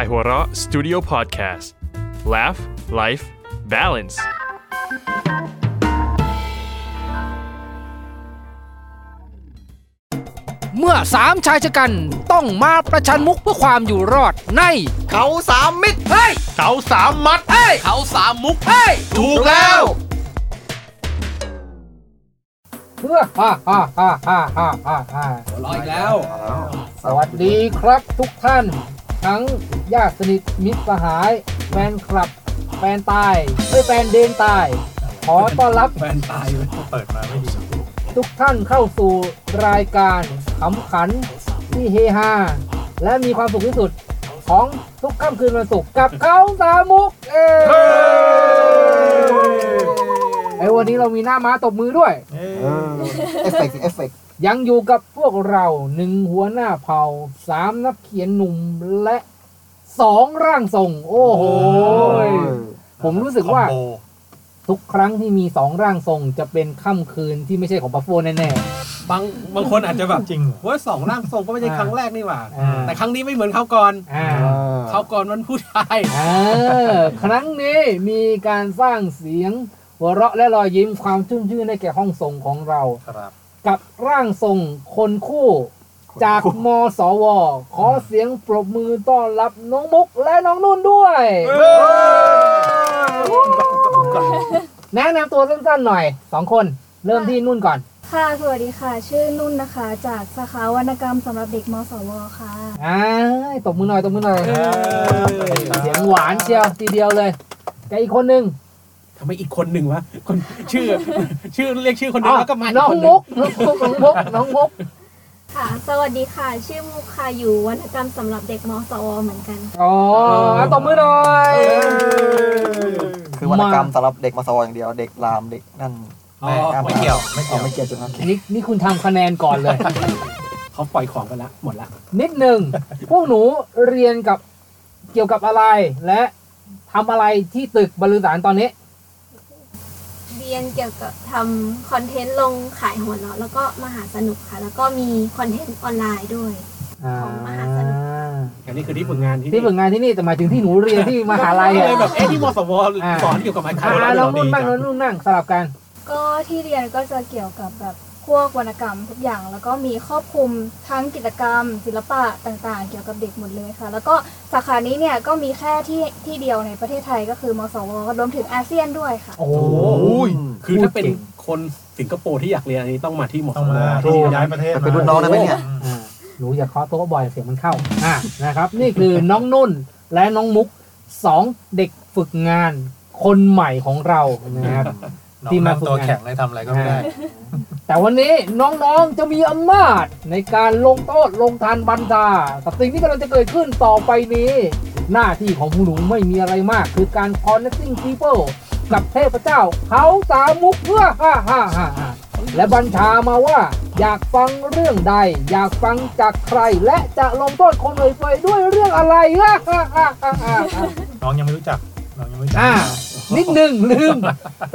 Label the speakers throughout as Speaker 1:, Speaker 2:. Speaker 1: i h o r a Studio Podcast Laugh Life Balance
Speaker 2: เมื่อสามชายชะกันต้องมาประชันมุกเพื่อความอยู่รอดใน
Speaker 3: เขาสามมิตร
Speaker 2: เฮ้ย
Speaker 3: เขาสามมัด
Speaker 2: เฮ้ย
Speaker 3: เขาสามมุก
Speaker 2: เฮ้ย
Speaker 3: ถูกแล้ว
Speaker 2: เพื่อฮ่าฮ่าฮ่าฮ่าฮ่าฮ่าฮ่าหัวเร้อยแล้ว สวัสดีครับทุกท่าน ทั้งญาติสนิทมิตรสหาย แฟนคลับ แฟนตายเฮ้ยแฟนเดนตาย ขอต้อนรับ
Speaker 4: แฟนตายเลยเปิดมาไม่ดี
Speaker 2: ทุกท่านเข้าสู่รายการขำขันที่เฮฮาและมีความสุขที่สุดของทุกค่ำคืนวันศุกร์กับเขาสามมุกเอไอยวันนี้เรามีหน้าม้าตบมือด้วย
Speaker 3: เอฟเฟกต์เอฟเฟกต์
Speaker 2: ยังอยู่กับพวกเราหนึ่งหัวหน้าเผ่าสามนักเขียนหนุ่มและสองร่างทรง โอ้โห ผมรู้สึกว่า
Speaker 4: คอมโบ
Speaker 2: ทุกครั้งที่มีสองร่างทรงจะเป็นค่ำคืนที่ไม่ใช่ของปัฟโฟแน่
Speaker 4: บางบางคนอาจจะแบบจริงว่าสองร่างทรงก็ไม่ใช่ครั้งแรกนี่หว่า
Speaker 2: ๆอ่า
Speaker 4: แต่ครั้งนี้ไม่เหมือนเขาวก่อน
Speaker 2: อ่า
Speaker 4: เขาวก่อนมันพูดไทย
Speaker 2: เออครั้งนี้มีการสร้างเสียง หัวเราะและรอยยิ้มความชุ่มชื่นให้แก่ห้องส่งของเรา
Speaker 4: ครับ
Speaker 2: กับร่างทรงคนคู่จากมสว ขอเสียงปรบมือต้อนรับน้องมุกและน้องนุ่นด้วย แนะนำตัวสั้นๆหน่อยสองคนเริ่มที่นุ่นก่อน
Speaker 5: ค่ะ สวัสดีค่ะ ชื่อนุ่นนะคะ จากสาขาวรรณกรรมสำหรับเด็กมสว ค่ะ
Speaker 2: อ่าตบมือหน่อยตบมือหน่อย
Speaker 4: เอ้ย
Speaker 2: เสียงหวานเชียวทีเดียวเลยกับอีกคนหนึ่ง
Speaker 4: ทำไมอีกคนหนึ่งวะคนชื่อ ชื่อเรียกชื่อคนหนึงแล้วก็มา
Speaker 2: น้อง
Speaker 4: กคห
Speaker 2: มุกน้องมุกน้องมุกน้องมุก
Speaker 5: ค่ะ สวัสดีค่ะ ชื่อมุกค่ะอยู่วรรณกรรมสำหรับเด็กมสว เหมือนกัน
Speaker 2: อ๋ออ่ะตบมือหน่อย
Speaker 3: คือวรรณกรรมสำหรับเด็กมาสวอย่างเดียว เด็กรามเด็กนั่น
Speaker 4: อ๋อไม่เกี่ยวไม่
Speaker 3: อ๋อ
Speaker 4: เกี่ยว
Speaker 3: ไม่เกี่ยวจุดนั้น
Speaker 2: นี่นี่คุณทำคะแนนก่อนเลย
Speaker 4: เขาปล่อยของกันละหมดละ
Speaker 2: นิดหนึ่งพวกหนูเรียนกับเกี่ยวกับอะไร และทำอะไรที่ตึกบริษัทตอนนี้
Speaker 5: เรียนเกี่ยวกับทำคอนเทนต์ลงขายหัวเราะแล้วก็มหาสนุกค่ะ แล้วก็มีคอนเทนต์ออนไลน์ด้วย
Speaker 2: อ่า
Speaker 4: อันนี้คือที่ฝึกงานที่
Speaker 2: ที่ฝึกงานที่นี่แต่หมายถึงที่หนูเรียนที่มหาลัย
Speaker 4: ก็
Speaker 2: อ่ะ
Speaker 4: เลยแบบเอ๊ะที่มสว
Speaker 2: อ่า
Speaker 4: สอนเกี่ยวกับไม้ขา
Speaker 2: อ่าย
Speaker 4: แล้ว
Speaker 2: น้
Speaker 4: เรา
Speaker 2: อง
Speaker 4: ดี
Speaker 2: นุ่นบ้างน้องนุ่นนั่งสลับกัน
Speaker 5: ก็ที่เรียนก็จะเกี่ยวกับแบบพวกวรรณกรรมทุกอย่าง แล้วก็มีครอบคลุมทั้งกิจกรรม ศิลปะต่างๆ เกี่ยวกับเด็กหมดเลยค่ะ แล้วก็สาขานี้เนี่ยก็มีแค่ที่ที่เดียวในประเทศไทยก็คือมสวรวมถึงอาเซียนด้วยค่ะ
Speaker 2: โอ้โห
Speaker 4: โอ้ยคือถ้าเป็น
Speaker 2: พูดเก่ง
Speaker 4: คนสิงคโปร์ที่อยากเรียนอันนี้ต้องมาที่มส
Speaker 6: ต้อง
Speaker 4: ว
Speaker 6: มา
Speaker 4: ที่
Speaker 6: ที่
Speaker 4: เดียว
Speaker 6: ย้ายประเทศ
Speaker 3: เป็นรุ่นน้องได้ไหมเนี่ย
Speaker 2: อ่าหนูอย่าเคาะโต๊ะบ่อยเสียงมันเข้าอ่านะครับ นี่คือน้องนุ่นและน้องมุกสองเด็กฝึกงานคนใหม่ของเรานะครับ ที่
Speaker 6: ที่
Speaker 2: มา
Speaker 6: มา
Speaker 2: ฝึกงาน
Speaker 6: ตัวแข็งเลยทำอะไรก็ไม่ได้
Speaker 2: แต่วันนี้น้องๆจะมีอำนาจในการลงโทษลงทานบรรดากับสิ่งที่กำลังจะเกิดขึ้นต่อไปนี้ หน้าที่ของผู้หนูไม่มีอะไรมาก คือการ connecting people กับเทพเจ้า เขาสามมุกเพื่อฮ่าฮ่าฮ่าฮ่าและบัญชามาว่า อยากฟังเรื่องใด อยากฟังจากใคร และจะลงโทษคนเอ่ยเฟยด้วยเรื่องอะไรฮ่าฮ่าฮ่าฮ่าฮ่า
Speaker 6: น้องยังไม่รู้จัก น้องยังไม่รู้จั
Speaker 2: อ่านิดหนึ่งลืม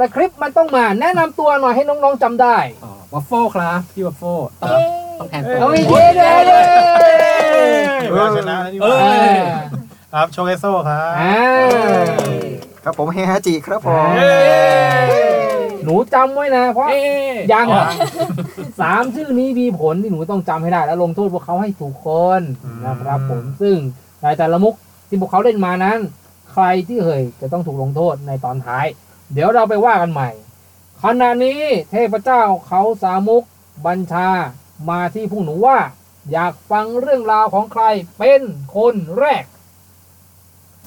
Speaker 2: สคริปต์มันต้องมาแนะนำตัวหน่อยให้น้องๆจำได้
Speaker 4: อ๋อวัฟเฟิลครับพี่วัฟเฟิลต้องต้องแทนตัว
Speaker 2: เอาอีกทีเด้อเด้อ
Speaker 6: เราชนะแล้วนี่ห
Speaker 4: เอ้
Speaker 6: ว่าย ครับโชเกโซ่ครับ
Speaker 2: อ่า
Speaker 3: ครับผมเฮฮาจิครับผม
Speaker 2: หนูจำไว้นะ เพราะ
Speaker 4: เอ้ย
Speaker 2: ยังสามชื่อนี้มีผลที่หนูต้องจำให้ได้ แล้วลงโทษพวกเขาให้ถูกคนนะครับผมซึ่งในแต่ละมุกที่พวกเขาเล่นมานั้น ใครที่เอ่ยจะต้องถูกลงโทษในตอนท้าย เดี๋ยวเราไปว่ากันใหม่ขณะนี้เทพเจ้าเขาสามุกบัญชามาที่พวกหนูว่า อยากฟังเรื่องราวของใครเป็นคนแรก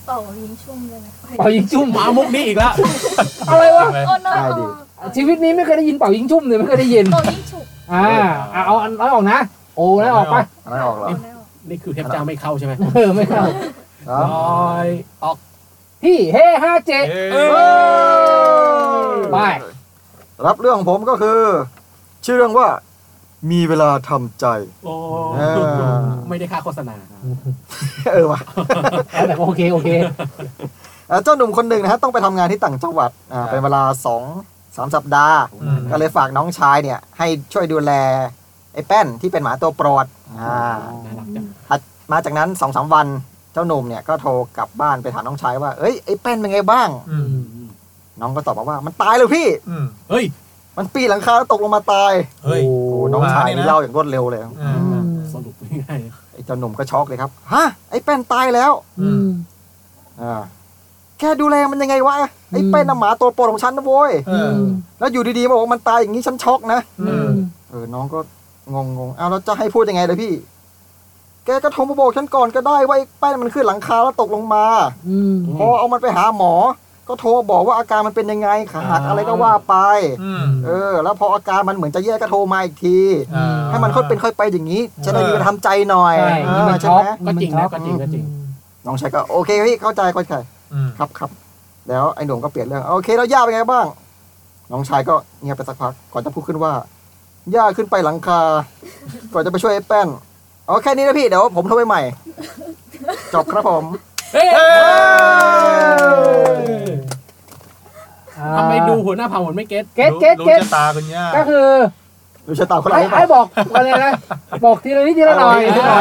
Speaker 5: ต่อยิงชุ่มเลยนะ
Speaker 2: เป่ายิงชุ่ม
Speaker 4: หมามุกนี้อีกแล้ว
Speaker 2: อะไรวะ
Speaker 5: โอ้โห
Speaker 3: ได้ดิ
Speaker 2: ชีวิตนี้ไม่เคยได้ยินเป่ายิงชุ่มเลยไม่เคยได้ยิน
Speaker 5: ต่อยิงฉุก
Speaker 2: อ่าเอาเอาอันน้อยออกนะ โอ้แล้วออกไป
Speaker 3: เอาไม่ออกหรอ
Speaker 5: แล้ว
Speaker 4: นี่คือเทพเจ้าไม่เข้าใช่ไหม
Speaker 2: เออไม่เข้า
Speaker 3: ครับ
Speaker 4: ลอยออก
Speaker 2: พี่เฮห้าเจ
Speaker 6: เอ้ย
Speaker 2: ไป
Speaker 3: รับเรื่องของผมก็คือ ชื่อเรื่องว่า มีเวลาทำใจ
Speaker 4: โอ้
Speaker 3: เออ
Speaker 4: ไม่ได้ค่าโฆษณา
Speaker 3: เออว่ะ
Speaker 2: แต่โอเคโอเค
Speaker 3: เอ่อเจ้าหนุ่มคนหนึ่งนะฮะต้องไปทำงานที่ต่างจังหวัดอ่าเป็นเวลาสองสามสัปดาห์
Speaker 6: อืม
Speaker 3: ก็เลยฝากน้องชายเนี่ย ให้ช่วยดูแลไอ้แป้นที่เป็นหมาตัวโปรดอ่า
Speaker 4: น่ารักจัง
Speaker 3: มาจากนั้นสองสามวัน เจ้าหนุ่มเนี่ยก็โทรกลับบ้านไปถามน้องชายว่า เอ้ยไอ้แป้นเป็นไงบ้าง
Speaker 6: อืม
Speaker 3: น้องก็ตอบมาว่ามันตายเลยพี่
Speaker 6: อืม
Speaker 4: เฮ้ย
Speaker 3: มันปีนหลังคาแล้วตกลงมาตาย
Speaker 4: เฮ้ย
Speaker 3: โอ้โหน้องชาย
Speaker 6: ม
Speaker 3: นี่เล่าอย่างรวดเร็วเลย
Speaker 6: อืม
Speaker 4: สรุปง่ายๆเลย
Speaker 3: ไอ้เจ้าหนุ่มก็ช็อกเลยครับฮะไอ้แป้นตายแล้ว
Speaker 6: อืม
Speaker 3: อ่าแกดูแลมันยังไงวะไอ้แป้นน่ะหมาตัวโปรดของฉันนะโว้ย
Speaker 6: เออ
Speaker 3: แล้วอยู่ดีๆมาบอกว่ามันตายอย่างนี้ฉันช็อกนะ
Speaker 6: อืม
Speaker 3: เออ น้องก็งงงๆอ้าวแล้วจะให้พูดยังไงเลยพี่ แกก็โทรมาบอกฉันก่อนก็ได้ว่าไอ้แป้นมันขึ้นหลังคาแล้วตกลงมา พอเอามันไปหาหมอ ก็โทรบอกว่าอาการมันเป็นยังไงขาหักอะไรก็ว่าไป
Speaker 6: อืม
Speaker 3: เออ แล้วพออาการมันเหมือนจะแย่ก็โทรมาอีกที
Speaker 6: อ่า
Speaker 3: ให้มันค่อยเป็นค่อยไปอย่างนี้ จะได้
Speaker 6: เออ
Speaker 3: มีกรทำใจหน่อย
Speaker 2: ใช่
Speaker 3: เอ
Speaker 2: นี่มัน
Speaker 3: อใช่
Speaker 2: ช็อก
Speaker 3: ไหม
Speaker 4: ก็จริง
Speaker 2: มั
Speaker 4: นะ
Speaker 2: ช็อก
Speaker 4: ก็จริงก็จริง
Speaker 3: น้องชายก็โอเคพี่เข้าใจเข้าใจ
Speaker 6: อืม
Speaker 3: ครับครับ แล้วไอ้หนุ่มก็เปลี่ยนเรื่องโอเคแล้วย่าเป็นไงบ้าง น้องชายก็เงียบไปสักพักก่อนจะพูดขึ้นว่า ย่าขึ้นไปหลังคา ก่อนจะไปช่วยไอ้แป้นอ๋อแค่นี้นะพี่เดี๋ยวผมโทรไปใหม่ จบครับผม
Speaker 4: เฮ้ย
Speaker 2: อ่า
Speaker 4: ทำไมดูหัวหน้าเผ่าเหมือนไม่เก็ต
Speaker 2: เก็ตเก็ต
Speaker 6: รู้
Speaker 2: เก็ต
Speaker 6: รู้ชะตาคุณย่า
Speaker 2: ก็คือ
Speaker 3: ดูชะตาคนร้า
Speaker 2: ไอ้
Speaker 3: ย
Speaker 2: ไอ้บอกอะไรนะบอกทีละนิดทีละหน่อย
Speaker 3: เ
Speaker 2: อ่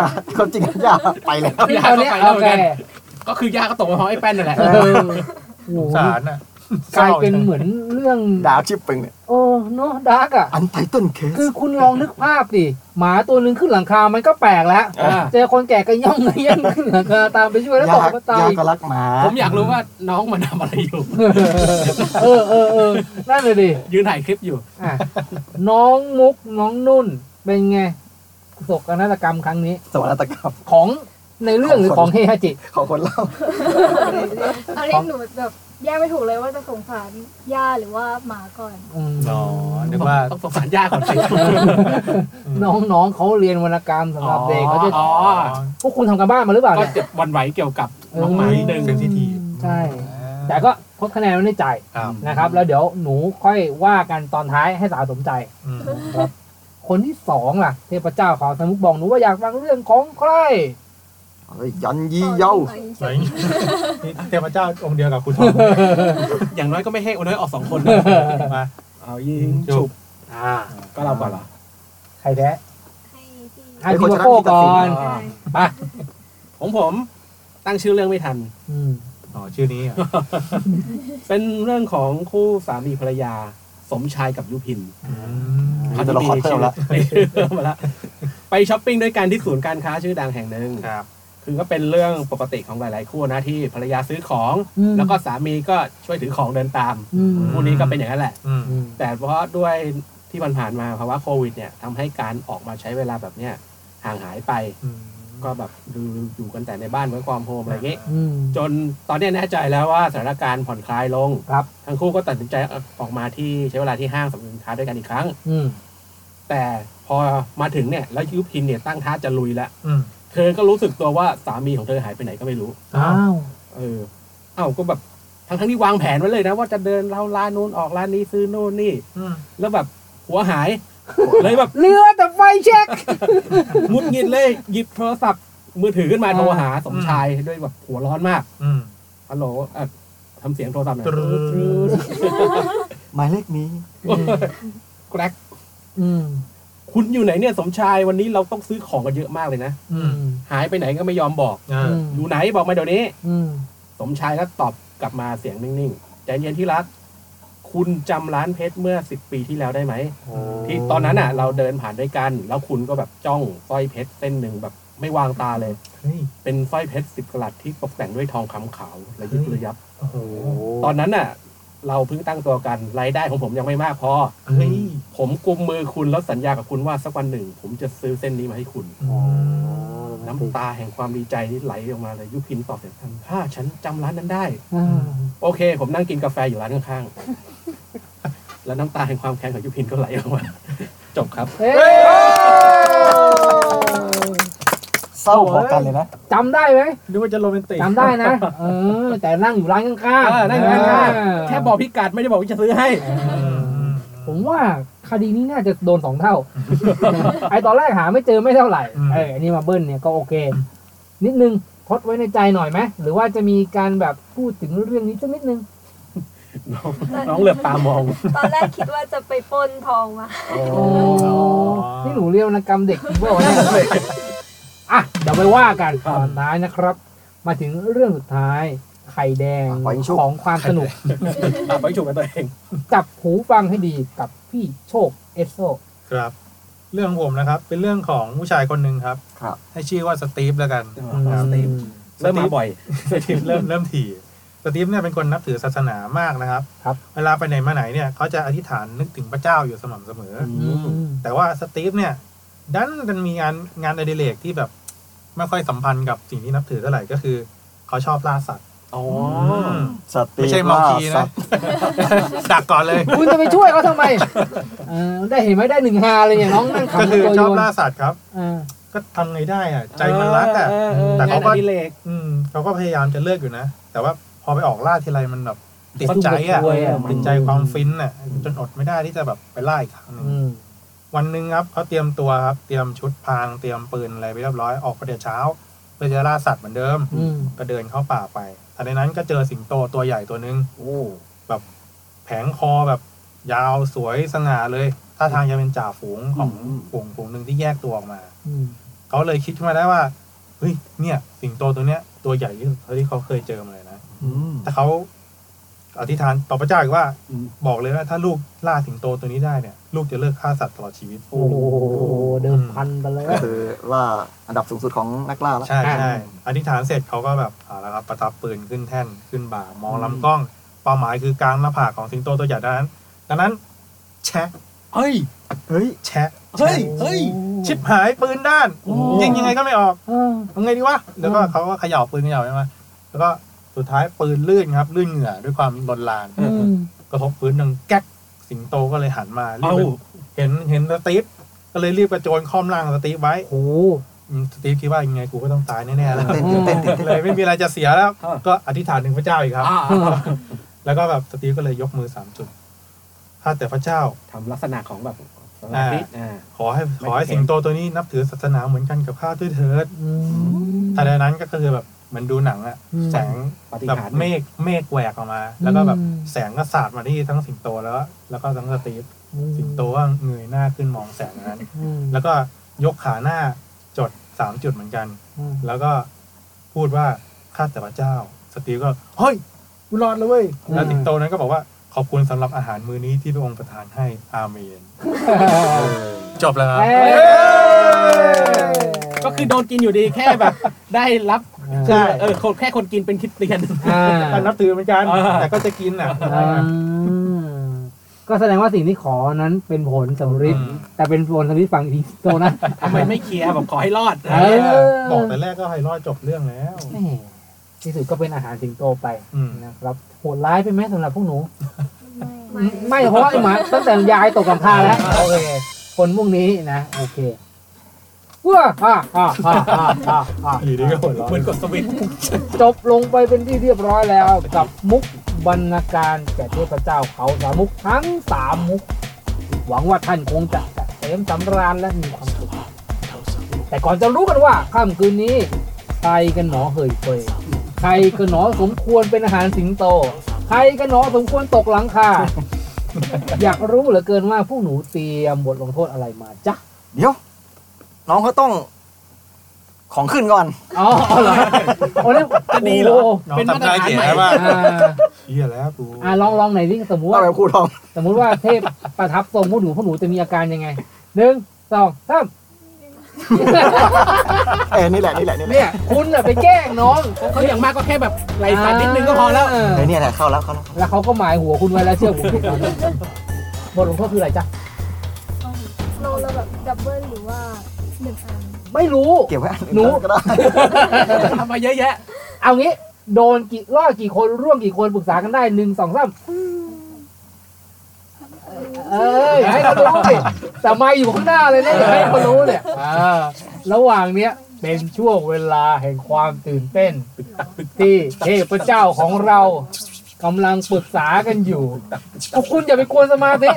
Speaker 2: า
Speaker 3: ความจริงย่าไปแล้ว
Speaker 2: ซึ่ง
Speaker 4: ยา
Speaker 2: ตอนเนี้ย
Speaker 4: กก็ไป
Speaker 2: โอ
Speaker 4: แล้วเหมื
Speaker 2: เค
Speaker 4: อนกันก็คือยากก็ตกไปเพราะไอ้แป้นนั่นแหละ
Speaker 2: เออโอ้โห
Speaker 6: สงสารน่ะ
Speaker 2: กลายเป็นเหมือนเรื่อง
Speaker 3: ดาบชิปปึงเนี่ย
Speaker 2: โอ้เนาะดาร์กอ่ะ
Speaker 3: อันไทเติ้ลเคส
Speaker 2: คือคุณลองนึกภาพดิหมาตัวหนึ่งขึ้นหลังคา มันก็แปลกแล้ว
Speaker 4: อ่า
Speaker 2: เจอคนแก่ก็ย่อง กระเย่องขึ้นหลังคาตามไปช่วยแล้วตก
Speaker 3: ยาก
Speaker 2: มาตาย
Speaker 3: ยาก
Speaker 2: อีก
Speaker 3: ก็รักหมา
Speaker 4: ผมอยากรู้ว่าน้องมันทำอะไรอยู่
Speaker 2: เออเออเออนั่นเลยดิ
Speaker 4: ยืนถ่ายคลิปอยู่
Speaker 2: อ่ะน้องมุกน้องนุ่นเป็นไงโศกนาฏกรรมครั้งนี้
Speaker 3: สวรรคตกรรม
Speaker 2: ของในเรื่องหรือของเฮฮาจิ
Speaker 3: ของคนเล่า
Speaker 5: ตอนนี้หนูแบบแยกไม่ถูกเลยว่าจะสงสารย่าหรือว่าหมาก่อน
Speaker 2: อืม
Speaker 6: อ๋อนึกว่า
Speaker 4: ต้องสงสารยากก่อนสิ
Speaker 2: น้องๆเขาเรียนวรรณกรรมสำหรับเด็กเขาจะ
Speaker 4: อ๋อ
Speaker 2: พวกคุณทำกันบ้านมาหรือเปล่า
Speaker 4: ก็
Speaker 2: เนี่ย
Speaker 4: เจ็บหวันไหวเกี่ยวกับน้องหมานิดนึง
Speaker 6: เซนซิทีฟ
Speaker 2: ใช่ แต่ก็พดคะแนนไว้ในใจ
Speaker 6: ครับ
Speaker 2: นะครับ แล้วเดี๋ยวหนูค่อยว่ากันตอนท้ายให้สาวสมใจ
Speaker 6: อืม
Speaker 2: คนที่สองล่ะ เทพเจ้าเขาสมุกบอกหนูว่าอยากฟังเรื่องของใคร
Speaker 3: เฮ้ยยันยี่เย้า
Speaker 6: ไหนนี่เทพเจ้าองค์เดียวกับคุณทอม
Speaker 4: อย่างน้อยก็ไม่ให้โอน้อยออกสองคน
Speaker 6: มา
Speaker 4: เอายิงฉุบอ่า ก็เราก่อนเหรอ
Speaker 2: ใครแพ้ให้
Speaker 3: ให้
Speaker 2: พี่
Speaker 3: คน
Speaker 2: มาโก้
Speaker 3: ชนะ
Speaker 2: ก่อ
Speaker 3: มีตัดสิ
Speaker 2: น
Speaker 3: น
Speaker 2: ไป
Speaker 4: ของผมตั้งชื่อเรื่องไม่ทัน
Speaker 2: อืม
Speaker 6: อ๋อ ชื่อนี้เหรอ
Speaker 4: เป็นเรื่องของคู่สามีภรรยา สมชายกับยุพิน
Speaker 6: อืม
Speaker 3: เขาจะละครเพิ่มละ
Speaker 4: ไปชื่อเพิ่มมาละไปช้อปปิ้งด้วยกันที่ศูนย์การค้าชื่อดังแห่งหนึ่ง
Speaker 6: ครับ
Speaker 4: คือก็เป็นเรื่องปกติของหลาย ๆ คู่นะที่ภรรยาซื้อของ แล้วก็สามีก็ช่วยถือของเดินตาม
Speaker 2: อืม
Speaker 4: คู่นี้ก็เป็นอย่างนั้นแหละ
Speaker 6: อืม
Speaker 2: อืม
Speaker 4: แต่เพราะด้วยที่มันผ่านมาภาวะโควิดเนี่ยทำให้การออกมาใช้เวลาแบบเนี้ยห่างหายไป
Speaker 6: อืม
Speaker 4: ก็แบบดูอยู่กันแต่ในบ้านเว้นความโฮมอะไรอย่างงี้
Speaker 2: อืม
Speaker 4: จนตอนเนี้ยแน่ใจแล้วว่าสถานการณ์ผ่อนคลายลง
Speaker 2: ครับ
Speaker 4: ทั้งคู่ก็ตัดสินใจออกมาที่ใช้เวลาที่ห้างสรรพสินค้าด้วยกันอีกครั้ง
Speaker 2: อืม
Speaker 4: แต่พอมาถึงเนี่ยแล้วยุพินเนี่ยตั้งท่าจะลุยแล้ว
Speaker 6: อืม
Speaker 4: เธอก็รู้สึกตัวว่าสามีของเธอหายไปไหนก็ไม่รู้
Speaker 6: อ้า
Speaker 2: อ้าวว
Speaker 4: เออ เอ้าก็แบบทั้งทั้งๆที่วางแผนไว้เลยนะ ว่าจะเดินเล่าร้านนู้นออกร้านนี้ซื้อนู่นนี่
Speaker 6: อืม
Speaker 4: แล้วแบบหัว หาย เลยแบบ
Speaker 2: เรือแต่ไฟเช็ค
Speaker 4: มุดหงิดเลยหยิบโทรศัพท์ มือถือขึ้นมา
Speaker 2: อ่า
Speaker 4: โทรหาสมชายด้วยแบบหัวร้อนมาก
Speaker 6: อืม
Speaker 4: ฮัลโหลเอ่อทำเสียงโทรศัพท์หน่อย
Speaker 6: ตรึ๊ด
Speaker 4: ตรึ๊ด
Speaker 3: หมายเลขนี้
Speaker 4: แกรก
Speaker 2: อืม
Speaker 4: คุณอยู่ไหนเนี่ยสมชายวันนี้เราต้องซื้อของกันเยอะมากเลยนะ
Speaker 6: อื
Speaker 2: อื
Speaker 6: ม
Speaker 2: ม
Speaker 4: หายไปไหนก็ไม่ยอมบอก
Speaker 6: เออ
Speaker 4: อยู่ไหนบอกมาเดี๋ยวนี้
Speaker 2: อืม
Speaker 4: สมชายก็ตอบกลับมาเสียงนิ่งๆใจเย็นที่รักคุณจำร้านเพชรเมื่อสิบปีที่แล้วได้ไหม
Speaker 6: โอ้
Speaker 4: ที่ตอนนั้นอ่ะ เราเดินผ่านด้วยกัน แล้วคุณก็แบบจ้องสร้อยเพชรเส้นหนึ่งแบบไม่วางตาเลย
Speaker 6: เฮ้ย
Speaker 4: เป็นสร้อยเพชรสิบกลัดที่ตกแต่งด้วยทองคำขาวและยิบระยับ
Speaker 6: โอ้โห
Speaker 4: ตอนนั้นอ่ะ เราเพิ่งตั้งตัวกันรายได้ของผมยังไม่มากพอ
Speaker 6: เฮ้ย
Speaker 4: ผมกุมมือคุณแล้วสัญญากับคุณว่าสักวันหนึ่ง ผมจะซื้อเส้นนี้มาให้คุณ
Speaker 6: อืม
Speaker 4: น้ำตาแห่งความดีใจนี่ไหลออกมาเลยยุพินตอบอย่างทันถ้าฉันจำร้านนั้นได้
Speaker 2: อ่า
Speaker 4: โอเค ผมนั่งกินกาแฟอยู่ร้านข้าง ๆ แล้วน้ำตาแห่งความแค้นของยุพินก็ไหลออกมา จบครับ
Speaker 2: เอ๊ะ
Speaker 3: เศร้าพอกันเลยนะ
Speaker 2: จำได้ไหม
Speaker 6: นึกว่าจะโรแมนติก
Speaker 2: จำได้นะ เออ แต่นั่งอยู่ร้านข้าง
Speaker 4: เออนั่งอยู่ร้านข้าง
Speaker 2: เ
Speaker 4: แค่บอกพี่กัดไม่ได้บอกว่าจะซื้อให้
Speaker 2: ผมว่าคดีนี้น่าจะโดนสองเท่า ไอตอนแรกหาไม่เจอไม่เท่าไหร่
Speaker 6: อืม
Speaker 2: เอออันนี้มาเบิ้ลเนี่ยก็โอเค นิดนึงพดไว้ในใจหน่อยไหม หรือว่าจะมีการแบบพูดถึงเรื่องนี้สักนิดนึง
Speaker 4: น้องน้องเหลือบตามอง
Speaker 7: ตอนแรกคิดว่าจะไปปล้นทองมา
Speaker 2: โอ้ นี่หนูเรียวนกรรมเด็กอีกเปล่าวะเนี่ยอ่ะเดี๋ยว ไปว่ากัน
Speaker 4: ครับ
Speaker 2: ตอนท้ายนะครับ มาถึงเรื่องสุดท้ายไข่แดง
Speaker 3: อ่ะขอยิงชุบ
Speaker 2: ของความสนุก
Speaker 4: อ่ะไปจุกกันตัวเอง
Speaker 2: จับหูฟังให้ดีกับพี่โชคเอสโซ
Speaker 6: ครับ เรื่องของผมนะครับ เป็นเรื่องของผู้ชายคนหนึ่งครับ
Speaker 3: ครับ
Speaker 6: ให้ชื่อว่าสตีฟแล้วกัน
Speaker 4: สตีฟเริ่มมาบ่อย
Speaker 6: สตีฟเริ่มเริ่มถี่สตีฟเนี่ยเป็นคนนับถือศาสนามากนะครับ
Speaker 2: ครับ
Speaker 6: เวลาไปไหนมาไหนเนี่ยเขาจะอธิษฐานนึกถึงพระเจ้าอยู่สม่ำเสมออ
Speaker 4: อืม
Speaker 6: แต่ว่าสตีฟเนี่ยดันมันมีงานงานอดิเรกที่แบบไม่ค่อยสัมพันธ์กับสิ่งที่นับถือเท่าไหร่ก็คือ เขาชอบล่าสัตว์
Speaker 4: อ๋อ
Speaker 6: ม
Speaker 3: สัตว์ตี
Speaker 6: ไม่ใช่มอ
Speaker 3: ล่าง
Speaker 6: คี
Speaker 3: สั
Speaker 6: นะ
Speaker 3: ตว์
Speaker 6: ดักก่อนเลย
Speaker 2: คุณจะไปช่วยเขาทำไมเออได้เห็นไหมได้หนึ่งฮาเลยเนี่ยน้องนั่ง
Speaker 6: ก็
Speaker 2: ขำ
Speaker 6: คือ
Speaker 2: ตัว
Speaker 6: ช
Speaker 2: โย
Speaker 6: อบ
Speaker 2: น
Speaker 6: ล่าสัตว์ครับ
Speaker 2: อ่า
Speaker 6: ก็ทำไงได้อะใจมันรักอะ
Speaker 4: เเอ
Speaker 6: แต่เขาก็
Speaker 4: งนอดิเรก
Speaker 6: อืมเขาก็พยายามจะเลิกอยู่นะ แต่ว่าพอไปออกล่าทีไรมันแบบติดใจอ่ะ
Speaker 2: มันรวยอะมัน
Speaker 6: ติดใจความฟินอ่ะ จนอดไม่ได้ที่จะแบบไปล่าอีกครั้งหนึ่ง
Speaker 2: อืม
Speaker 6: วันหนึ่งครับเขาเตรียมตัวครับ เตรียมชุดพรางเตรียมปืนอะไรไปเรียบร้อยออกไปแต่เช้าเพื่อจะล่าสัตว์เหมือนเดิม
Speaker 2: อืม
Speaker 6: ก็เดินเข้าป่าไปแต่ในนั้นก็เจอสิงโตตัวใหญ่ตัวหนึ่ง
Speaker 4: โอ้
Speaker 6: แผงคอแบบยาวสวยสง่าเลยท่าทางจะเป็นจ่าฝูงของฝูงฝูงหนึ่งที่แยกตัวออกมา
Speaker 2: อืม
Speaker 6: เขาเลยคิดขึ้นมาได้ว่า เฮ้ย เนี่ย สิงโตตัวเนี้ย ตัวใหญ่ที่สุดเท่าที่เขาเคยเจอมาเลยนะ
Speaker 3: อืม
Speaker 6: แต่เขาอธิษฐานต่อพระเจ้าอีกว่า
Speaker 3: อืม
Speaker 6: บอกเลยว่าถ้าลูกล่าสิงโตตัวนี้ได้เนี่ย ลูกจะเลิกฆ่าสัตว์ตลอดชีวิต
Speaker 2: โอ้โหเดิมพันกันเลย
Speaker 3: ก็
Speaker 2: อะ
Speaker 3: คือล่าอันดับสูงสุดของนักล่าแล้ว
Speaker 6: ใช่ใช่
Speaker 2: อ่า
Speaker 6: อธิษฐานเสร็จเขาก็แบบเอาละครับประทับปืนขึ้นแท่นขึ้นบ่ามองลำกล้อง เป้าหมายคือกลางหน้าผากของสิงโตตัวใหญ่ดังนั้น ดังนั้น แชะ
Speaker 4: เฮ้ย
Speaker 3: เฮ้ย
Speaker 6: แชะ
Speaker 4: เฮ้ย เฮ้ย
Speaker 6: ชิบหายปืนด้าน
Speaker 4: โอ้
Speaker 6: ยิงยังไงก็ไม่ออก
Speaker 2: อ่า
Speaker 6: ทำไงดีวะ แล้วก็เขาก็เขย่าปืนเขย่าใช่ไหมแล้วก็สุดท้ายปืนลื่นครับ ลื่นเหงื่อด้วยความลนลาน
Speaker 2: อืม
Speaker 6: กระทบพื้นดังแก๊ก สิงโตก็เลยหันมารี
Speaker 4: เอ้า
Speaker 6: บไปเห็นเห็นสตีฟก็เลยรีบกระโจนค้อมร่างสตีฟไว้
Speaker 2: โอ้
Speaker 6: อืมสตีฟคิดว่ายังไงกูก็ต้องตายแน่ๆแล้ว
Speaker 3: เต้นเต้นเต้นเต้น
Speaker 6: เลยไม่มีอะไรจะเสียแล้ว ก็อธิษฐานถึงพระเจ้าอีกครับ
Speaker 4: อ่า
Speaker 6: แล้วก็แบบสตีฟก็เลยยกมือสามจุดข้าแต่พระเจ้า
Speaker 4: ทำลักษณะของแบบสมาธิอ่า
Speaker 6: ขอให้ขอให้สิงโตตัวนี้นับถือศาสนาเหมือนกันกับข้าด้วยเถิด
Speaker 2: อืม
Speaker 6: ทันใดนั้นก็คือแบบเหมือนดูหนังอะ
Speaker 2: อืม
Speaker 6: แสง
Speaker 4: ปฏิ
Speaker 6: แบบ
Speaker 4: หาร
Speaker 6: เมฆเมฆแหวกออกมา แล้วก็แบบ
Speaker 2: อืม
Speaker 6: แสงก็สาดมาที่ทั้งสิงโตแล้วก็แล้วก็ทั้งสตีฟสิงโตก็เงยหน้าขึ้นมองแสงนั้น
Speaker 2: อืม
Speaker 6: แล้วก็ยกขาหน้าจดสามจุดเหมือนกัน
Speaker 2: อืม
Speaker 6: แล้วก็พูดว่าข้าแต่พระเจ้า สตีฟก็เฮ้ยกูรอดแล้วเว้ยแล้วสิงโตนั้นก็บอกว่าขอบคุณสำหรับอาหารมื้อนี้ที่พระองค์ประทานให้อาเม นจบแล้วครับ
Speaker 2: เอ้ย
Speaker 4: ก็คือโดนกินอยู่ดีแค่แบบ ได้รับ
Speaker 2: ใช่
Speaker 4: เออคนแค่คนกินเป็นคริดเตียน
Speaker 2: อ่า
Speaker 6: ก็นับถือเหมือนกัน
Speaker 4: อ่า
Speaker 6: แต่ก็จะกินอ่ะ
Speaker 2: อ่าก็แสดงว่าสิ่งที่ขอนั้นเป็นผลสำลิด
Speaker 6: อืม
Speaker 2: แต่เป็นผลสำลิดฝั่งอีโตนะ
Speaker 4: ทำไมไม่เคลียร์แบบขอให้รอด
Speaker 2: เออ
Speaker 6: บอกแต่แรกก็ให้รอดจบเรื่องแล้ว
Speaker 2: แหม่ที่สุดก็เป็นอาหารสิงโตไป
Speaker 6: อืม
Speaker 2: นะครับโหดร้ายไปไหมสำหรับพวกหนู
Speaker 7: ไม่
Speaker 2: ไม่เพราะว่าไอ้หมาตั้งแต่ยายตกกับพาแล้วโอเคคนพวกนี้นะโอเคว้าอ่าอ่าอ่าอ่าอ่า
Speaker 6: อยู่ดีก็หัวเราะ
Speaker 4: เหมือนกดสวิตช์
Speaker 2: จบลงไปเป็นที่เรียบร้อยแล้วกับมุกบรรณาการแก่เทพเจ้าเขาสามมุกทั้งสามมุก หวังว่าท่านคงจะจัดเต็มสำราญและมีความสุขแต่ก่อนจะรู้กันว่าค่ำคืนนี้ใครกันหนอเหยเฟยใครกันหนอสมควรเป็นอาหารสิงโต ใครกันหนอสมควรตกหลังคา อยากรู้เหลือเกินว่าผู้หนูเตรียมบทลงโทษอะไรมาจ๊ะ
Speaker 3: เดี๋ยว น้องเขาต้อง ของขึ้นก่อน
Speaker 2: อ๋ออ๋อเหรอโอ้แล้ว
Speaker 4: จะดี เหรอ
Speaker 2: โ
Speaker 6: น้อง
Speaker 4: เป็นมาต
Speaker 6: ทำ
Speaker 4: ร
Speaker 6: ได้
Speaker 4: ฐาน
Speaker 6: เจ๋
Speaker 4: ใหม่
Speaker 6: มาก
Speaker 2: อ่า
Speaker 6: เฮียแล้วกู
Speaker 2: อ่าลองลองไหนอยดิสมมติ
Speaker 3: ว่า
Speaker 2: ว่า
Speaker 3: แบบครูทอง
Speaker 2: สมมติว่าเทพ ประทับทรงผู้หนูผู้หนูจะมีอาการยังไงหนึ่งสองสาม
Speaker 3: เออนี่แหละ นี่แหละ นี่แหละ
Speaker 2: เนี่ย คุณน่ะไปแกล้งน้อง
Speaker 4: เขาอย่างมากก็แค่แบบไหลสันนิดนึงก็พอแล้ว
Speaker 2: า
Speaker 3: เออเนี่ยแหละ เข้าแล้ว เข้าแล้ว
Speaker 2: แล้วเขาก็หมายหัวคุณไว้แล้ว เชื่อผมบทลงโทษคืออะไรจ๊ะ
Speaker 5: เราเราแบบดับเบิลหรือว่าหนึ่งอัน
Speaker 2: ไม่รู้
Speaker 3: เก็บไว้อั
Speaker 2: หนู
Speaker 3: ก็ได้
Speaker 4: ทำมาเยอะแยะ
Speaker 2: เอางี้ โดนกี่รอดกี่คนร่วมกี่คนปรึกษากันได้หนึ่งสองสามเอ้ยให้เขารู้สิแต่ไม่อยู่ข้างหน้าเลยนะอย่าให้เขารู้เนี่ยอ่าระหว่างเนี้ยเป็นช่วงเวลาแห่งความตื่นเต้น ที่เทพเจ้าของเรากำลังปรึกษากันอยู่พวกคุณอย่าไปกวนสมาธิ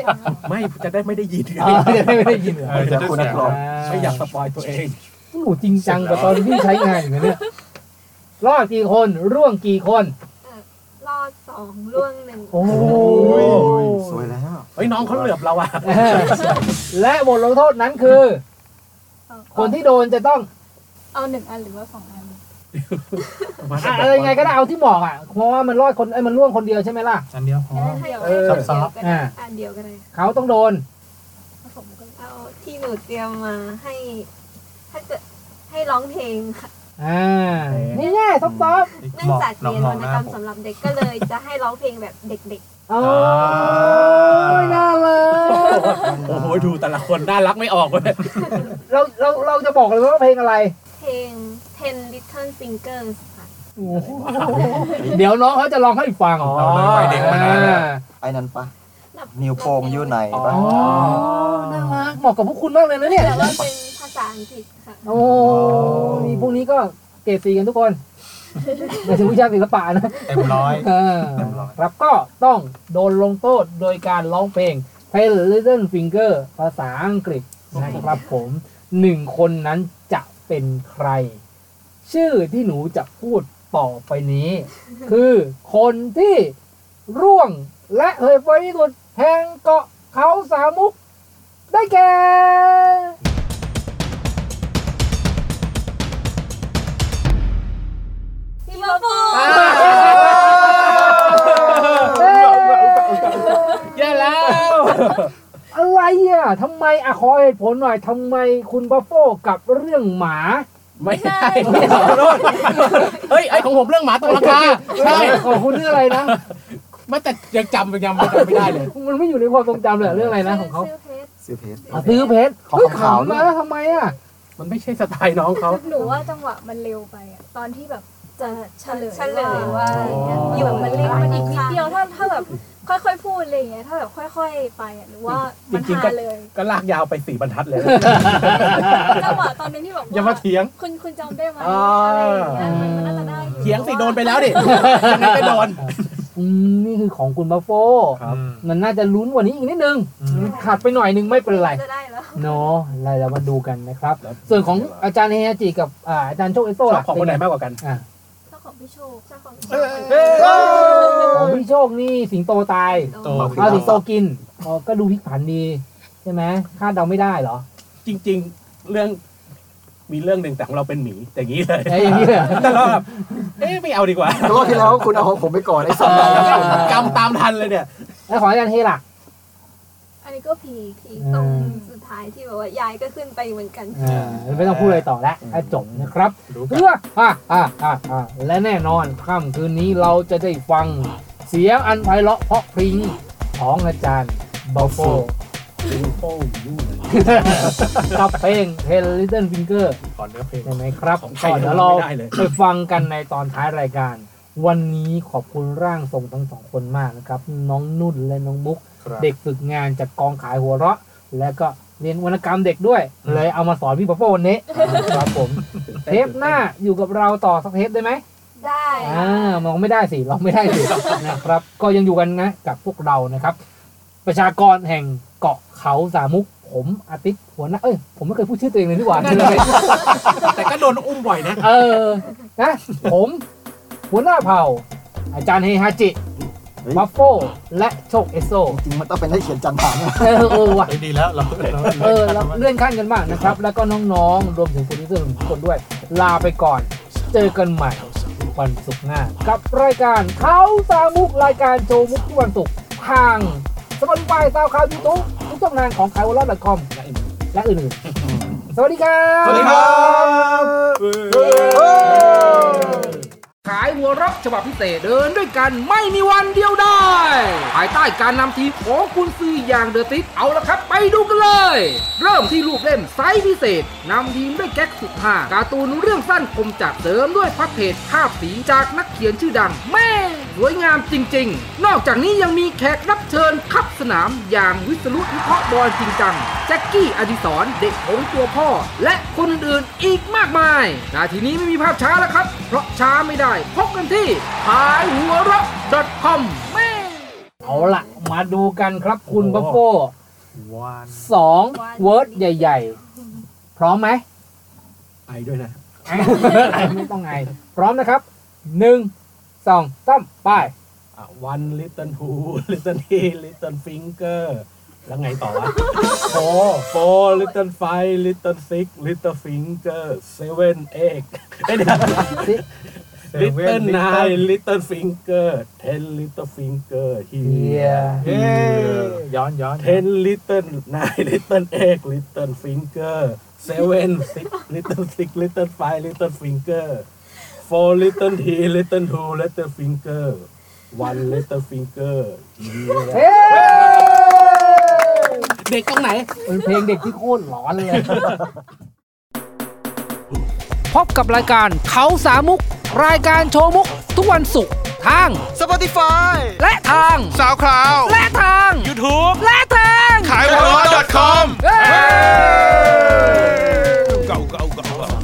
Speaker 4: ไม่จะได้ไม่ได้ยิน
Speaker 2: อ่าจะได้ไม่ได้ยินเหรอ
Speaker 6: เออจะได้เสียง
Speaker 2: อ่า
Speaker 4: ไม่อยากสปอยตัวเอง
Speaker 2: โอ้โหจริงจังกว่าตอนที่ใช้งานอยู่นะเนี่ยรอดกี่คนร่วงกี่คน
Speaker 7: รอดสองล่วงหนึ่ง
Speaker 2: โอ้
Speaker 4: ย
Speaker 3: สวยแล้ว
Speaker 4: เฮ้ยน้องเขาเหลือบเราอะ
Speaker 2: เออและบทลงโทษนั้นคือ คนที่โดนจะต้อง
Speaker 5: เอาหนึ่งอันหรือว่าสองอัน
Speaker 4: มา
Speaker 2: อะอะไรยังไงก็ได้เอาที่เหมาะอ่ะเพราะว่ามันรอดคนไอ้ยมันร่วงคนเดียวใช่ไหมล่ะ
Speaker 6: อันเดียวพอ
Speaker 7: งั้นให้
Speaker 2: เออ
Speaker 7: อันเดียวก็ได้
Speaker 2: อ่า
Speaker 7: อันเดียวก็ได้
Speaker 2: เขาต้องโดน
Speaker 5: ผสมกัน
Speaker 7: เอาที่หนูเตรียมมาให้ถ้าเกิดให้ร้องเพลงค่ะ
Speaker 2: อ่า นี่ง่ายซอฟ
Speaker 6: นี่
Speaker 7: เนื่องจาก
Speaker 6: น้อ
Speaker 7: เรียนวรรณ
Speaker 6: หน้าก
Speaker 7: รรม
Speaker 6: ผม
Speaker 7: สำหรับเด็กก็เลยจะให้ร้องเพลงแบบเด็ก
Speaker 2: ๆโอ้ยน่ารัก
Speaker 4: โอ้โหดูแต่ละคนน่ารักไม่ออกเลย
Speaker 2: เราเราเราจะบอกเลยว่าเพลงอะไร
Speaker 7: ๆ เพลง Ten Little Fingers ค่ะ
Speaker 2: โอ้โหเดี๋ยวน้องเขาจะลองให้ฟัง
Speaker 4: อ๋อ
Speaker 6: เราเลยวัยเด็กมานานแล้ว
Speaker 3: ไอ้นั่นปะนิ้วโป้งอยู่ไหนปะ
Speaker 2: อ๋อน่ารักเหมาะกับพวกคุณมากเลยนะเนี่ย
Speaker 7: แต่ว่าเป็นภาษาอังกฤษค่ะ
Speaker 2: โอ้มีพวกนี้ก็เกรดสีกันทุก คนหมายถึงวิชาศิลปะนะ
Speaker 6: เต็มร้อย
Speaker 2: เออ
Speaker 6: เรียบร้อย
Speaker 2: ครับก็ต้องโดนลงโทษโดยการร้องเพลง Play Little Finger ภาษาอังกฤษนะครับผมหนึ่งคนนั้นจะเป็นใคร ชื่อที่หนูจะพูดต่อไปนี้ คือคนที่ร่วงและเหยไฟที่สุดแห่งเกาะเขาสามุก ได้แก่
Speaker 7: พี่มาปู
Speaker 2: เอ้ยแย่แล้ว อะไรอ่ะทำไมอะขอเหตุผลหน่อยทำไมคุณบัฟโฟกับเรื่องหมา
Speaker 4: ไม่ใช่ไม่ใช่ขอโทษเฮ้ยไอของผมเรื่องหมาตกราคา
Speaker 2: ใช่
Speaker 4: ใช่
Speaker 2: ของคุณเรื่องอะไรนะ
Speaker 4: ไม่แต่ยังจำยังจำไม่ได้เลย
Speaker 2: มันไม่อยู่ในความทรงจำเลยเรื่องอะไรนะของเขา
Speaker 7: ชื่อเพชร
Speaker 3: ซื้อเพจ
Speaker 2: อ่ะซื้อเพชร
Speaker 3: ของ
Speaker 2: เฮ้ย
Speaker 3: ขาว
Speaker 2: ขำ
Speaker 3: ๆด้ว
Speaker 2: มาย ทำไมอ่ะ
Speaker 4: มันไม่ใช่สไตล์น้องเขา
Speaker 5: หนูว่าจังหวะมันเร็วไปอะตอนที่แบบจะเฉลย
Speaker 7: เฉลยว่า
Speaker 5: ว่า
Speaker 7: อย่างเงี้ย
Speaker 4: อ๋ออ
Speaker 7: อยู่มันเล็กมันอีกนิด
Speaker 5: เดี
Speaker 7: เดีย
Speaker 5: ยว วถ้าถ้าแบบค่อยๆพูดอะไรอย่างเงี้ยถ้าแบบค่อยๆไปอะหรือว่ามัน
Speaker 4: จริงๆก็
Speaker 5: หาเลย
Speaker 4: ก็ลากยาวไปสี่บรรทัดเลย
Speaker 5: จังหวะตอนนึงที่บอก
Speaker 4: อย่ามา
Speaker 5: ว่า
Speaker 4: เถียง
Speaker 5: คุณคุณจำได้ไหม
Speaker 4: อ่า
Speaker 5: อะไรอย่างเงี้ยมันมันน่าจะได้อ
Speaker 4: เถียงสิโดนไปแล้ว ดิยังไงก็โดน
Speaker 2: อืม นี่คือของคุณบัฟโฟ
Speaker 4: ครับ
Speaker 6: อืม
Speaker 2: มันน่าจะลุ้นกว่านี้อีกนิดนึง
Speaker 6: อืม
Speaker 2: ขาดไปหน่อยนึงไม่เป็นไร
Speaker 7: จะได้แล้ว
Speaker 2: เนาะแล้วเรามาดูกันนะครับ ส่วนของอาจารย์เฮฮาจิกับอ่าอาจารย์โชคเอสโต้
Speaker 4: ชอบ
Speaker 2: ล่ะ
Speaker 4: ของคนไหนมากกว่ากัน
Speaker 2: อ่ะ
Speaker 7: เจ้าของพี่โชคเจ้าของพี่โชค
Speaker 2: ของพี่โชคนี่สิงโตตาย
Speaker 6: โต
Speaker 3: คือ
Speaker 2: เอาสิงโตกินอ๋อก็ดูพลิกผันดี ใช่ไหมคาดเดาไม่ได้เหรอ
Speaker 4: จริง ๆ เรื่องมีเรื่องหนึ่งแต่ของเราเป็นหมีแต่อย่างนี้เลย
Speaker 2: ไอ้อย่างนี้เหรอ
Speaker 4: แต่เราแบบเอ๊ะไม่เอาดีกว่า
Speaker 3: รอบที่แล้วคุณเอาของผมไปก่อนไอ้สัตว์
Speaker 4: กำตามทันเลยเนี่ย
Speaker 2: แล้วของอาจารย์เฮล่ะ
Speaker 7: อันนี้ก็ผีผีตรงสุดท้ายที่แบบว่ายายก็ขึ้นไปเหมือนกัน
Speaker 2: อ่าไม่ต้องพูดอะไรต่อแล้วอ่ะจบนะครับ
Speaker 6: รู้กัน
Speaker 2: เพื่ออ่ะอ่ะอ่ะอ่ะและแน่นอนค่ำคืนนี้เราจะได้ฟังเสียงอันไพเราะเพราะพริ้งของอาจารย์บอฟโฟกับเพลง h e l l i t t l e Finger
Speaker 6: ก่อนเนื้อเพลง
Speaker 2: ใช่ไหมครับ
Speaker 4: ของไท
Speaker 2: ก็
Speaker 4: ย
Speaker 2: เดี๋ยวเรา
Speaker 4: ไม่ได้เลย
Speaker 2: ไปฟังกันในตอนท้ายรายการ วันนี้ขอบคุณร่างทรงทั้งสองคนมากนะครับ น้องนุ่นและน้องมุก
Speaker 6: ครับ
Speaker 2: เด็กฝึกงานจากกองขายหัวเราะ และก็เรียนวรรณกรรมเด็กด้วย
Speaker 6: อืม
Speaker 2: เลยเอามาสอนพี่ปะโป้วัน นี้ครับผม เทปหน้าอยู่กับเราต่อสักเทปได้ไหม
Speaker 7: ได้
Speaker 2: อ่ามองไม่ได้สิ เราไม่ได้สิ นะครับ ก็ยังอยู่กันนะกับพวกเรานะครับ ประชากรแห่งเกาะเขาสามุก ผมอาทิตย์หัวหน้าเอ้ยผมไม่เคยพูดชื่อตัวเองเลยดีกว่า
Speaker 4: แต่ก็โดนอุ้มบ่อยนะ
Speaker 2: เออ นะ ผม หัวหน้าเผ่า อาจารย์เฮฮาจิวัฟโฟและโชคเอสโซ
Speaker 3: จริงมันต้องเป็นให้เขียนจันทร์ผ่าน
Speaker 2: เออเออว่ะ
Speaker 6: เฮ้ยดีแล้วเราเรา
Speaker 2: เออเราเลื่อนขั้นกันบ้างนะครับ แล้วก็น้องๆ รวมถึงคุณผู้ชมทุกคนด้วย ลาไปก่อน เจอกันใหม่วันศุกร์หน้า กับรายการเขาสามมุกรายการโชว์มุกทุกวันศุกร์ทางสปอนฟายซาวคาวยูทูบทุกช่องทางของ k a i w a l l a c o m และอื่นๆ สวัสดีครับ
Speaker 6: สวัสดีครับ
Speaker 2: ขายหัวเรักฉบับพิเศษเดินด้วยกันไม่มีวันเดียวได้ ภายใต้การนำทีมของคุณซืออย่างเดอะติสเอาละครับ ไปดูกันเลย เริ่มที่รูปเล่มไซส์พิเศษนำทีมด้วยแก๊กสุดฮาการ์ตูนเรื่องสั้นคมจัดเสริมด้วยพับเพจภาพสีจากนักเขียนชื่อดัง แม่สวยงามจริงๆ นอกจากนี้ยังมีแขกรับเชิญขับสนามอย่างวิศรุวิเคราะห์บอลจริงจัง แจ็คกี้อดิศรเด็กของตัวพ่อ และคนอื่นๆอีกมากมายนาทีนี้ไม่มีภาพช้าแล้วครับ เพราะช้าไม่ได้ พบกันที่ขายหัวเราะ .com แม่เอาละมาดูกันครับคุณบัฟโฟ
Speaker 6: วัน
Speaker 2: สอง
Speaker 7: เวิร์ดใหญ่
Speaker 2: ๆพร้อมไหม
Speaker 4: ไอด้วยนะ
Speaker 2: ไม่ต้องไง พร้อมนะครับหนึ่งสองสามไป
Speaker 4: อ่ะ one little who little he little finger แล้วไงต่อวะ
Speaker 6: โอ้
Speaker 4: four little five little six little finger seven eight เอ้ยเดี ๋ยว little nine little finger ten little finger
Speaker 2: เฮีย
Speaker 4: here
Speaker 6: เย้ย้อนย้อน
Speaker 4: ten little nine little eight little finger seven six little six little five little finger four little three little two little finger one little finger here
Speaker 2: เฮ้ย
Speaker 4: เด็กตรงไหน
Speaker 2: เป็นเพลงเด็กที่โคตรหลอนเลย พบกับรายการเขาสามุก รายการโชว์มุก ทุกวันศุกร์ทาง
Speaker 8: Spotify
Speaker 2: และทาง
Speaker 8: SoundCloud
Speaker 2: และทาง
Speaker 1: YouTube
Speaker 2: และทาง
Speaker 8: ขายหัวเราะ .com
Speaker 2: เฮ้ย
Speaker 8: go go go